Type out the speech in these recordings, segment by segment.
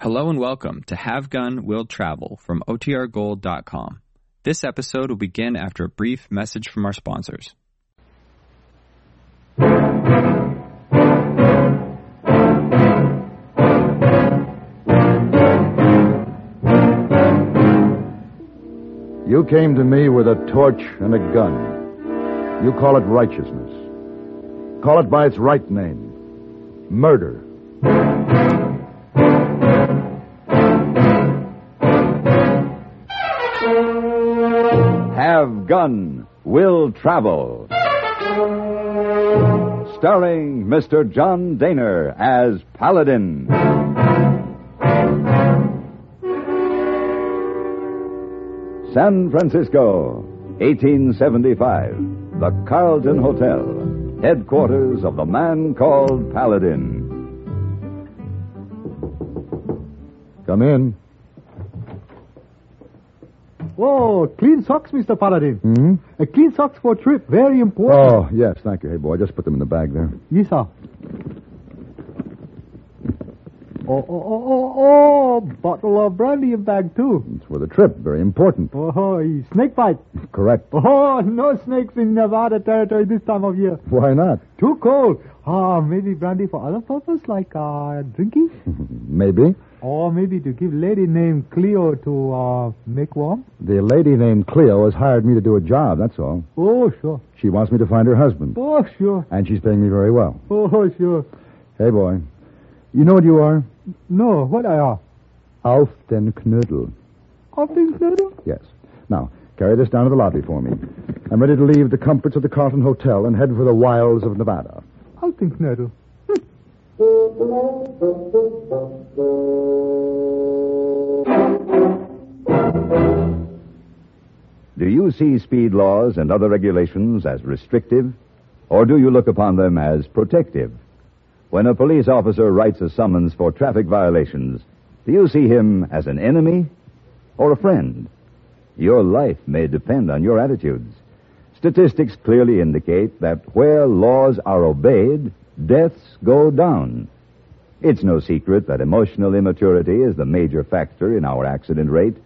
Hello and welcome to Have Gun Will Travel from OTRGold.com. This episode will begin after a brief message from our sponsors. You came to me with a torch and a gun. You call it righteousness. Call it by its right name murder. Have Gun Will Travel. Starring Mr. John Daner as Paladin. San Francisco, 1875. The Carlton Hotel, headquarters of the man called Paladin. Come in. Whoa, clean socks, Mr. Paladin. Hmm? A clean socks for trip, very important. Oh, yes, thank you. Hey, boy, just put them in the bag there. Yes, sir. Oh, oh, oh, oh, oh, bottle of brandy in bag, too. It's for the trip. Very important. Oh, eh, snake bite. Correct. Oh, no snakes in Nevada territory this time of year. Why not? Too cold. Ah, maybe brandy for other purpose, like uh, drinking? Maybe. or maybe to give lady named Cleo to uh, make warm? The lady named Cleo has hired me to do a job, that's all. Oh, sure. She wants me to find her husband, Oh, sure. and she's paying me very well. Oh, sure. Hey, boy, you know what you are? No, what I are? Auf den Knödel. All things later? Yes. Now, carry this down to the lobby for me. I'm ready to leave the comforts of the Carlton Hotel and head for the wilds of Nevada. I'll think Knödel. Do you see speed laws and other regulations as restrictive, or do you look upon them as protective? When a police officer writes a summons for traffic violations, do you see him as an enemy or a friend? Your life may depend on your attitudes. Statistics clearly indicate that where laws are obeyed, deaths go down. It's no secret that emotional immaturity is the major factor in our accident rate.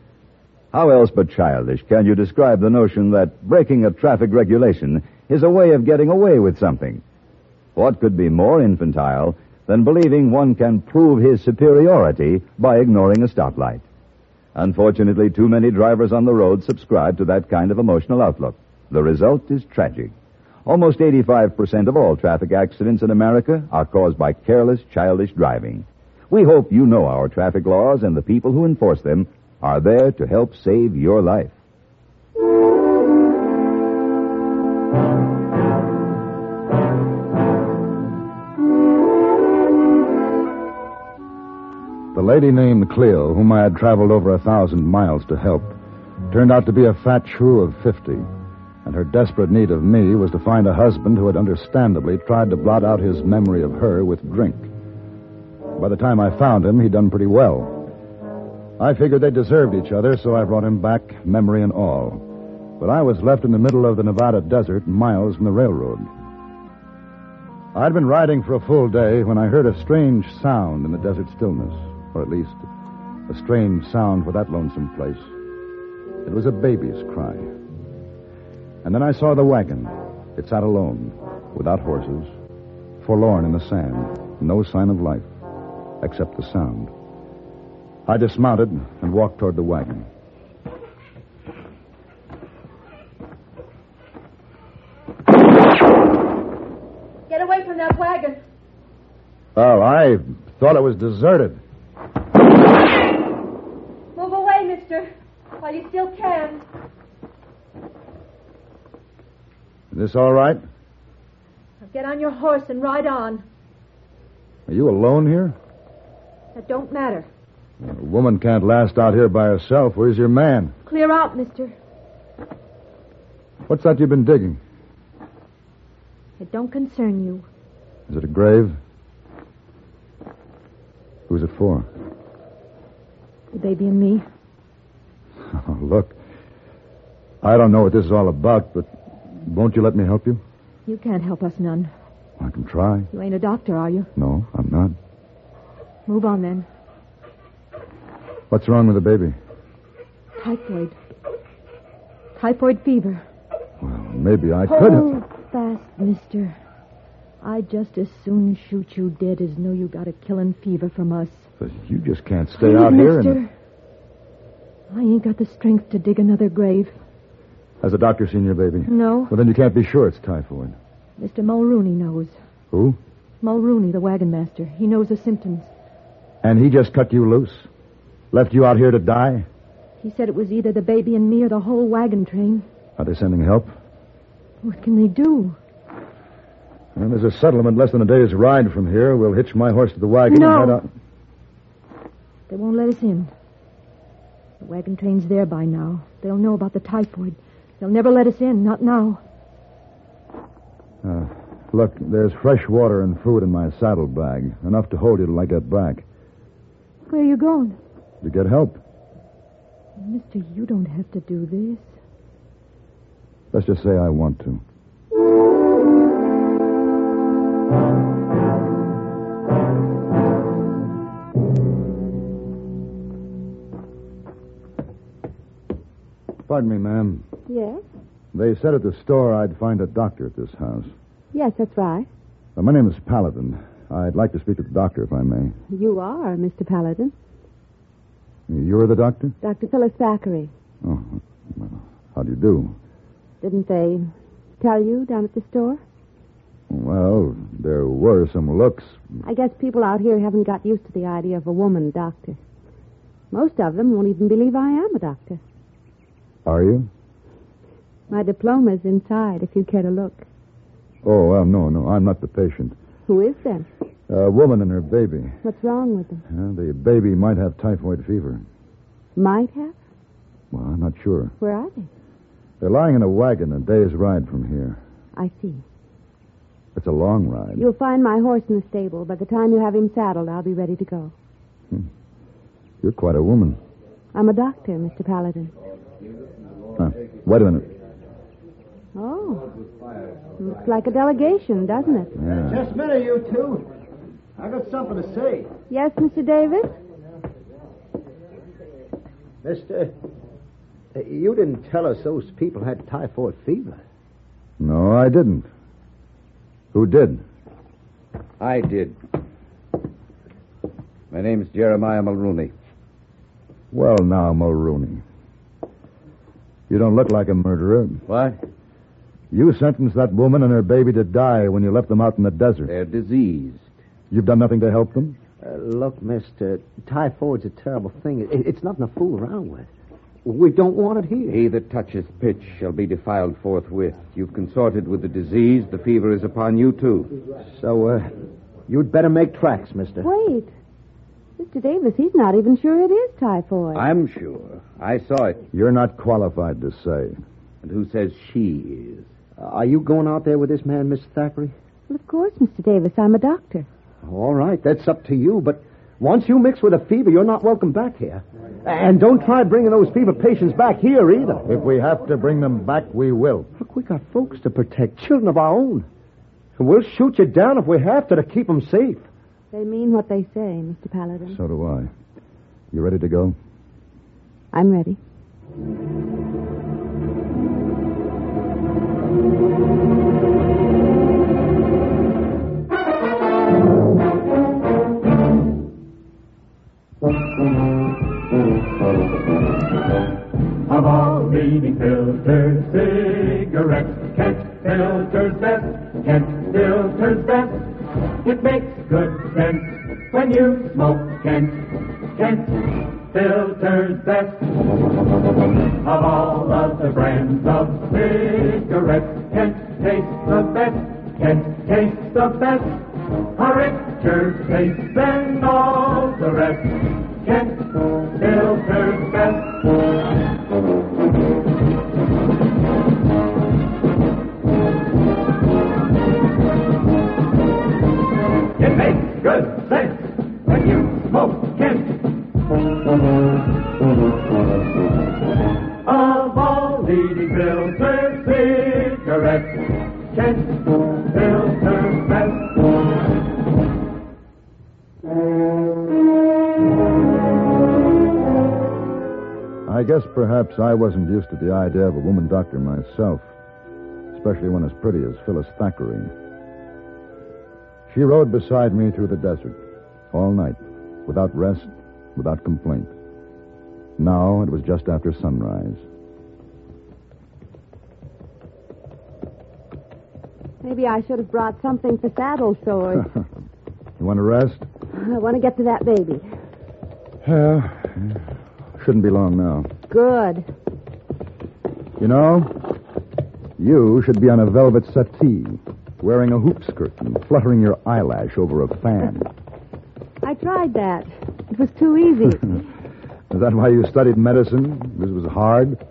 How else but childish can you describe the notion that breaking a traffic regulation is a way of getting away with something? What could be more infantile than believing one can prove his superiority by ignoring a stoplight? Unfortunately, too many drivers on the road subscribe to that kind of emotional outlook. The result is tragic. Almost 85% of all traffic accidents in America are caused by careless, childish driving. We hope you know our traffic laws and the people who enforce them are there to help save your life. The lady named Cleo, whom I had traveled over a thousand miles to help, turned out to be a fat shrew of 50, and her desperate need of me was to find a husband who had understandably tried to blot out his memory of her with drink. By the time I found him, he'd done pretty well. I figured they deserved each other, so I brought him back, memory and all. But I was left in the middle of the Nevada desert, miles from the railroad. I'd been riding for a full day when I heard a strange sound in the desert stillness, or at least a strange sound for that lonesome place. It was a baby's cry. And then I saw the wagon. It sat alone, without horses, forlorn in the sand, no sign of life, except the sound. I dismounted and walked toward the wagon. Get away from that wagon. Well, I thought it was deserted. Move away, mister, while you still can. Is this all right? Now get on your horse and ride on. Are you alone here? That don't matter. A woman can't last out here by herself. Where's your man? Clear out, mister. What's that you've been digging? It don't concern you. Is it a grave? Who's it for? The baby and me. Oh, look, I don't know what this is all about, but won't you let me help you? You can't help us none. I can try. You ain't a doctor, are you? No, I'm not. Move on then. What's wrong with the baby? Typhoid. Typhoid fever. Well, maybe I could have. Hold fast, mister. I'd just as soon shoot you dead as know you got a killing fever from us. But you just can't stay out Please, here. mister. And I ain't got the strength to dig another grave. has the doctor seen your baby? No, Well, then you can't be sure it's typhoid. Mr. Mulrooney knows. Who? Mulrooney, the wagon master. He knows the symptoms. And he just cut you loose? Left you out here to die? He said it was either the baby and me or the whole wagon train. Are they sending help? What can they do? Well, there's a settlement less than a day's ride from here. We'll hitch my horse to the wagon No. and head out. They won't let us in. The wagon train's there by now. They'll know about the typhoid. They'll never let us in, not now. Look, there's fresh water and food in my saddlebag, enough to hold you till I get back. Where are you going? To get help. Mister, you don't have to do this. Let's just say I want to. Pardon me, ma'am. Yes? They said at the store I'd find a doctor at this house. Yes, that's right. Uh, my name is Paladin. I'd like to speak to the doctor, if I may. You are Mr. Paladin. You're the doctor? Dr. Phyllis Thackeray. Oh, well, how do you do? Didn't they tell you down at the store? Well, there were some looks. I guess people out here haven't got used to the idea of a woman doctor. Most of them won't even believe I am a doctor. Are you? My diploma's inside, if you care to look. Oh, well, no, no, I'm not the patient. Who is them? A woman and her baby. What's wrong with them? Uh, the baby might have typhoid fever. Might have? Well, I'm not sure. Where are they? They're lying in a wagon a day's ride from here. I see. It's a long ride. You'll find my horse in the stable. By the time you have him saddled, I'll be ready to go. You're quite a woman. I'm a doctor, Mr. Paladin. Huh. Wait a minute. Oh. Looks like a delegation, doesn't it? Yeah. Just a minute, you two. I got something to say. Yes, Mr. Davis? Mister, uh, you didn't tell us those people had typhoid fever. No, I didn't. Who did? I did. My name's Jeremiah Mulrooney. Well, now, Mulrooney. You don't look like a murderer. What? You sentenced that woman and her baby to die when you left them out in the desert. They're diseased. You've done nothing to help them? Uh, look, mister, typhoid's a terrible thing. It- it's nothing to fool around with. We don't want it here. He that touches pitch shall be defiled forthwith. You've consorted with the disease. The fever is upon you, too. So, uh, you'd better make tracks, mister. Wait. Mr. Davis, he's not even sure it is typhoid. I'm sure. I saw it. You're not qualified to say. And who says she is? Are you going out there with this man, Miss Thackeray? Well, of course, Mr. Davis, I'm a doctor. All right, that's up to you, but once you mix with a fever, you're not welcome back here. And don't try bringing those fever patients back here either. If we have to bring them back, we will. Look, we got folks to protect, children of our own. And we'll shoot you down if we have to to keep 'em safe. They mean what they say, Mr. Paladin. So do I. You ready to go? I'm ready. Of all leading filters, cigarettes, Kent filters best, Kent filters best. It makes good sense when you smoke Kent, Kent filters best. Of all of the brands of cigarettes, Kent tastes the best, Kent tastes the best. A richer taste than all the rest, Kent filters best. It makes good sense when you smoke Kent. Of all leading filters, cigarettes, Kent filters best. I guess perhaps I wasn't used to the idea of a woman doctor myself, especially one as pretty as Phyllis Thackeray. She rode beside me through the desert all night, without rest, without complaint. Now it was just after sunrise. Maybe I should have brought something for saddle sores. You want to rest? I want to get to that baby. Yeah. Shouldn't be long now. Good. You know, you should be on a velvet settee, wearing a hoop skirt and fluttering your eyelash over a fan. I tried that. It was too easy. Is that why you studied medicine? This was hard.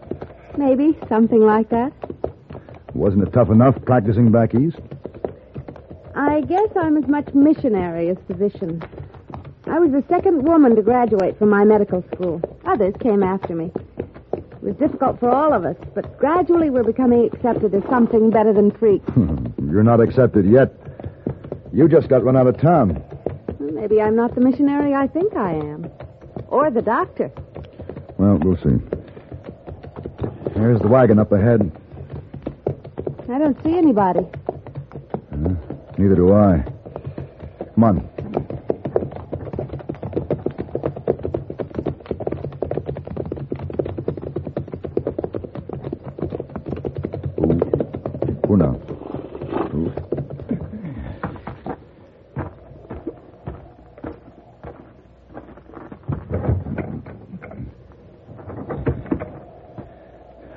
Maybe something like that. Wasn't it tough enough practicing back east? I guess I'm as much missionary as physician. I was the second woman to graduate from my medical school. Others came after me. It was difficult for all of us, but gradually we're becoming accepted as something better than freaks. You're not accepted yet. You just got run out of town. Well, Maybe I'm not the missionary I think I am. Or the doctor. Well, we'll see. There's the wagon up ahead. I don't see anybody. Neither do I. Come on. Ooh. Ooh, now. Ooh.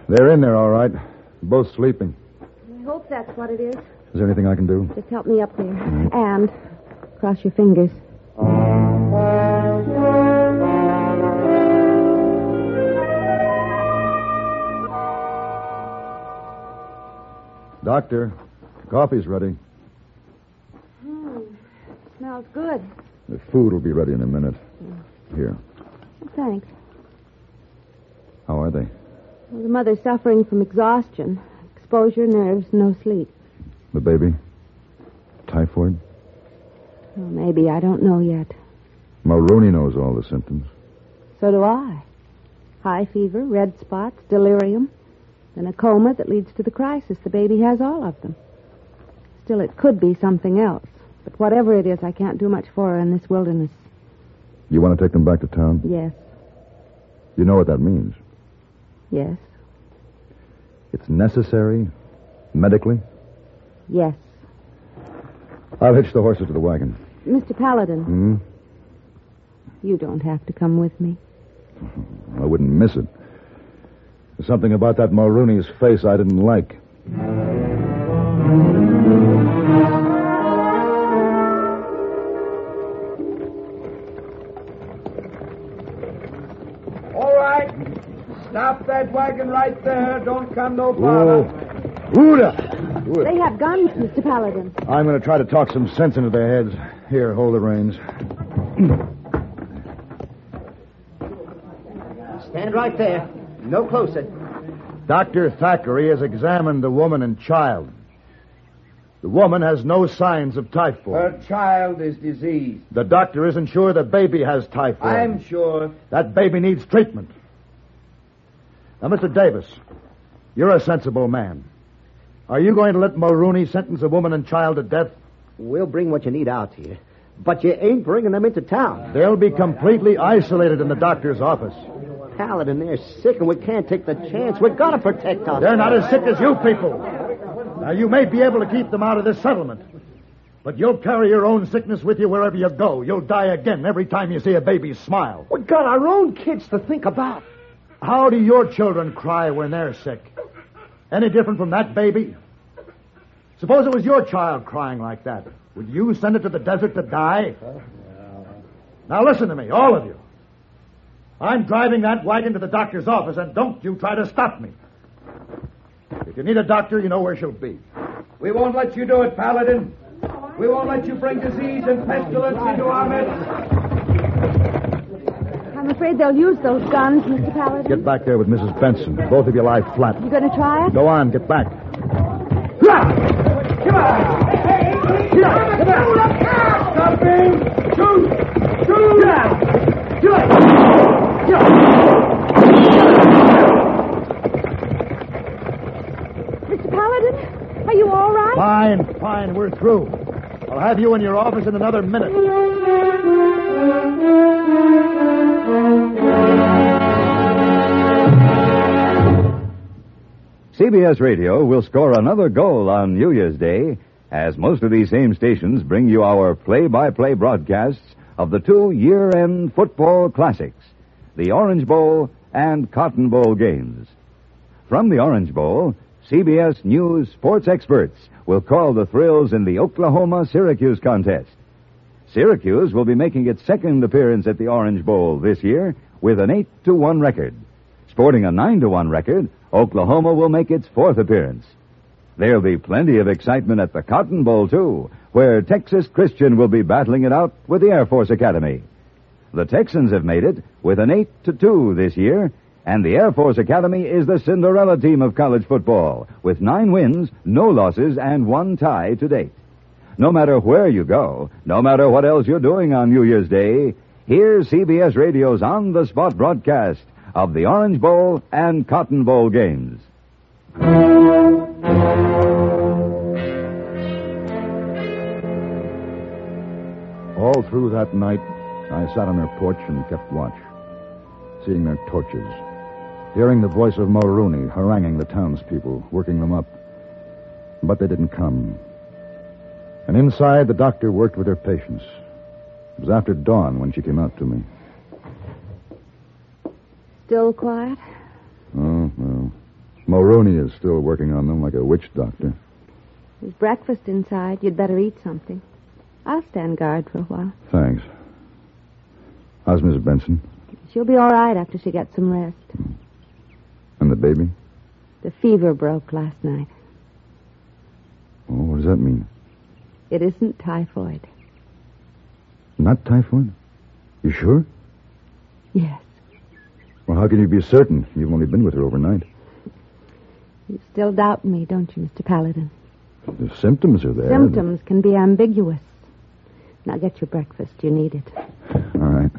They're in there, all right. Both sleeping. I hope that's what it is. Is there anything I can do? Just help me up there. And cross your fingers. Doctor, coffee's ready. Smells good. The food will be ready in a minute. Here. Thanks. How are they? Well, the mother's suffering from exhaustion, exposure, nerves, no sleep. The baby? Typhoid? Well, maybe I don't know yet. Mulrooney knows all the symptoms. So do I. High fever, red spots, delirium, and a coma that leads to the crisis. The baby has all of them. Still, it could be something else. But whatever it is, I can't do much for her in this wilderness. You want to take them back to town? Yes, You know what that means. yes, It's necessary, medically. yes. I'll hitch the horses to the wagon. Mr. Paladin, Hmm? you don't have to come with me. I wouldn't miss it. There's something about that Mulrooney's face I didn't like. All right. Stop that wagon right there. Don't come no Whoa. farther. Oh. Ooda! They have guns, Mr. Paladin. I'm going to try to talk some sense into their heads. Here, hold the reins. Stand right there. No closer. Dr. Thackeray has examined the woman and child. The woman has no signs of typhoid. Her child is diseased. the doctor isn't sure the baby has typhoid. I'm sure. That baby needs treatment. Now, Mr. Davis, you're a sensible man. Are you going to let Mulrooney sentence a woman and child to death? We'll bring what you need out here. But you ain't bringing them into town. They'll be completely isolated in the doctor's office. Paladin, they're sick, and we can't take the chance. We've got to protect them. They're not as sick as you people. Now, you may be able to keep them out of this settlement, but you'll carry your own sickness with you wherever you go. You'll die again every time you see a baby smile. We've got our own kids to think about. How do your children cry when they're sick? Any different from that baby? Suppose it was your child crying like that. Would you send it to the desert to die? Now listen to me, all of you. I'm driving that wagon to the doctor's office, and don't you try to stop me. If you need a doctor, you know where she'll be. We won't let you do it, Paladin. We won't let you bring disease and pestilence into our midst. I'm afraid they'll use those guns, Mr. Paladin. Get back there with Mrs. Benson. Both of you lie flat. You going to try it? Go on, get back. Stop him! Shoot! Shoot! fine. We're through. I'll have you in your office in another minute. CBS Radio will score another goal on New Year's Day as most of these same stations bring you our play by play broadcasts of the two year end football classics, the Orange Bowl and Cotton Bowl games. From the Orange Bowl, CBS News sports experts will call the thrills in the Oklahoma Syracuse contest. Syracuse will be making its second appearance at the Orange Bowl this year with an 8 to 1 record. Sporting a 9 to 1 record, Oklahoma will make its fourth appearance. There'll be plenty of excitement at the Cotton Bowl, too, where Texas Christian will be battling it out with the Air Force Academy. The Texans have made it with an 8 to 2 this year, and the Air Force Academy is the Cinderella team of college football with 9 wins, no losses, and one tie to date. No matter where you go, no matter what else you're doing on New Year's Day, here's CBS Radio's on the spot broadcast of the Orange Bowl and Cotton Bowl games. All through that night, I sat on her porch and kept watch, seeing their torches, hearing the voice of Mulrooney haranguing the townspeople, working them up. But they didn't come. And inside, the doctor worked with her patients. It was after dawn when she came out to me. Still quiet? Oh, well. Mulrooney is still working on them like a witch doctor. There's breakfast inside. You'd better eat something. I'll stand guard for a while. Thanks. How's Mrs. Benson? She'll be all right after she gets some rest. And the baby? The fever broke last night. Oh, what does that mean? It isn't typhoid. Not typhoid? You sure? Yes. Well, how can you be certain? You've only been with her overnight. You still doubt me, don't you, Mr. Paladin? The symptoms are there. Symptoms can be ambiguous. Now get your breakfast. You need it. All right.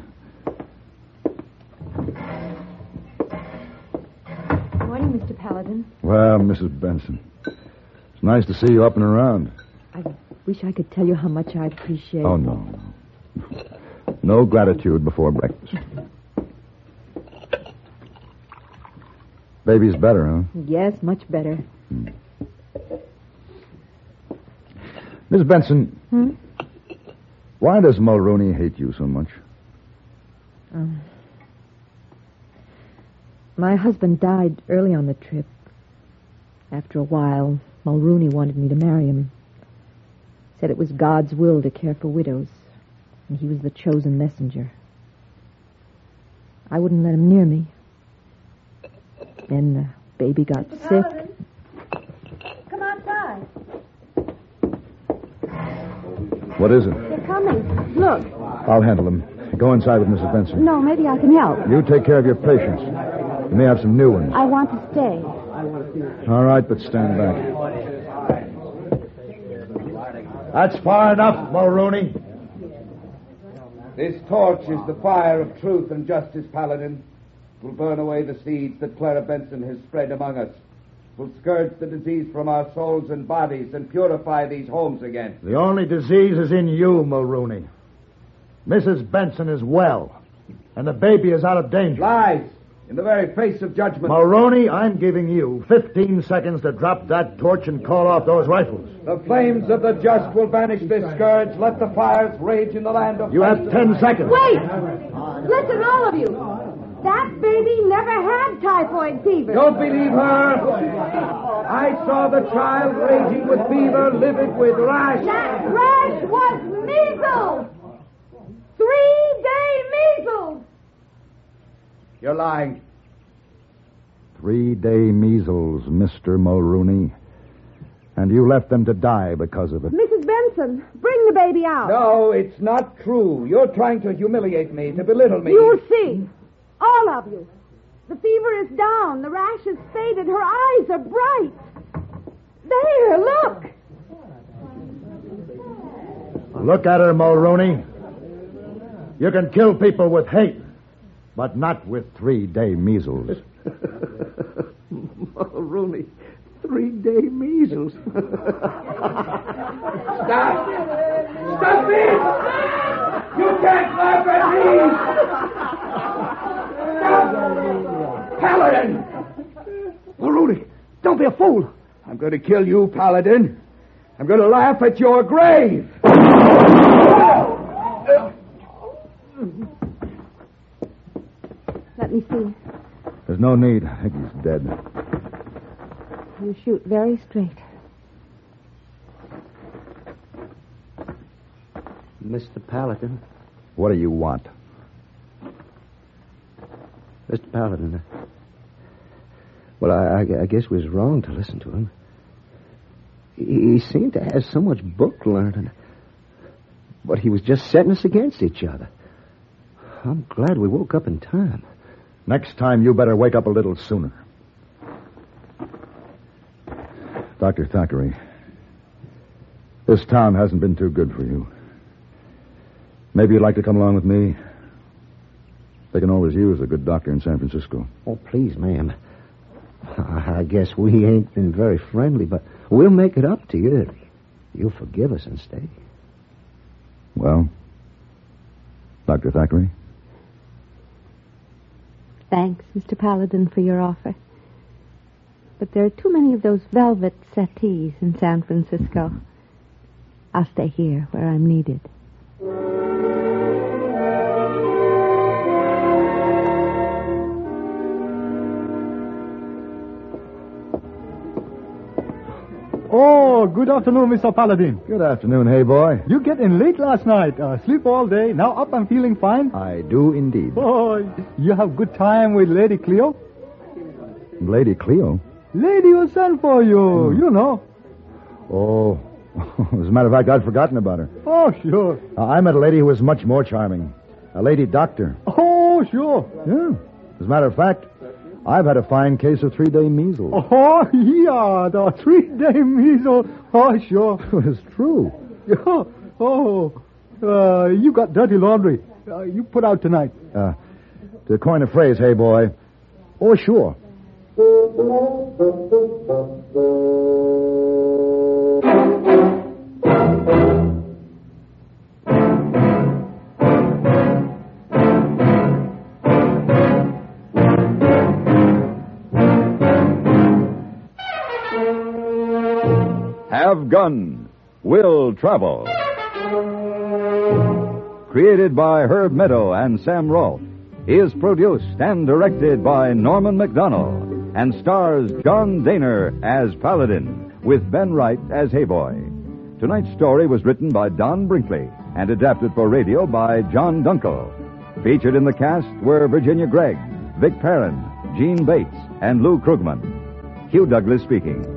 Morning, Mr. Paladin. Well, Mrs. Benson, it's nice to see you up and around. I wish I could tell you how much I appreciate. Oh, no. no. No gratitude before breakfast. Baby's better, huh? Yes, much better. Miss Benson. Hmm? Why does Mulrooney hate you so much? My husband died early on the trip. After a while, Mulrooney wanted me to marry him. Said it was God's will to care for widows, and he was the chosen messenger. I wouldn't let him near me. Then the baby got sick. Come outside. What is it? They're coming. Look. I'll handle them. Go inside with Mrs. Benson. No, maybe I can help. You take care of your patients. You may have some new ones. I want to stay. All right, but stand back. That's far enough, Mulrooney. This torch is the fire of truth and justice, Paladin. It will burn away the seeds that Clara Benson has spread among us. It will scourge the disease from our souls and bodies and purify these homes again. The only disease is in you, Mulrooney. Mrs. Benson is well, and the baby is out of danger. Lies in the very face of judgment. Mulrooney, I'm giving you 15 seconds to drop that torch and call off those rifles. The flames of the just will banish this scourge. Let the fires rage in the land of You have 10 seconds. Wait! Listen, all of you. That baby never had typhoid fever. Don't believe her. I saw the child raging with fever, livid with rash. That rash was measles. Three day measles. You're lying. Three day measles, Mr. Mulrooney. And you left them to die because of it. Mrs. Benson, bring the baby out. No, it's not true. You're trying to humiliate me, to belittle me. You'll see. All of you. The fever is down. The rash has faded. Her eyes are bright. There, look. Look at her, Mulrooney. You can kill people with hate, but not with three day measles. Mulrooney, Three day measles. Stop! Stop it! You can't laugh at me! Stop! Paladin! Mulrooney, don't be a fool. I'm going to kill you, Paladin. I'm going to laugh at your grave. Let me see. There's no need. I think he's dead. You shoot very straight. Mr. Paladin. What do you want? Mr. Paladin. uh, Well, I, I- I guess we was wrong to listen to him. He, he seemed to have so much book learning, but he was just setting us against each other. I'm glad we woke up in time. Next time, you better wake up a little sooner. Dr. Thackeray, this town hasn't been too good for you. Maybe you'd like to come along with me. They can always use a good doctor in San Francisco. Oh, please, ma'am. I guess we ain't been very friendly, but we'll make it up to you. You'll forgive us and stay. Well, Dr. Thackeray, Thanks, Mr. Paladin, for your offer. But there are too many of those velvet settees in San Francisco. I'll stay here where I'm needed. Oh, good afternoon, Mr. Paladin. good afternoon, hey boy. You get in late last night. Uh, sleep all day. Now up and feeling fine. I do indeed. Boy, you have good time with Lady Cleo. Lady Cleo. Lady will send for you, you know. Oh, as a matter of fact, I'd forgotten about her. Oh, sure. Uh, I met a lady who was much more charming. A lady doctor. Oh, sure. Yeah. As a matter of fact, I've had a fine case of three day measles. Oh, yeah, the three-day measles. Oh, sure. it's true. Yeah. Oh, uh, you got dirty laundry. Uh, you put out tonight. Uh, to coin a phrase, hey boy. Oh, sure. Have Gun, Will Travel. Created by Herb Meadow and Sam Rolfe, is produced and directed by Norman McDonald and stars John Daner as Paladin with Ben Wright as Hayboy. Tonight's story was written by Don Brinkley and adapted for radio by John Dunkel. Featured in the cast were Virginia Gregg, Vic Perrin, Gene Bates, and Lou Krugman. Hugh Douglas speaking.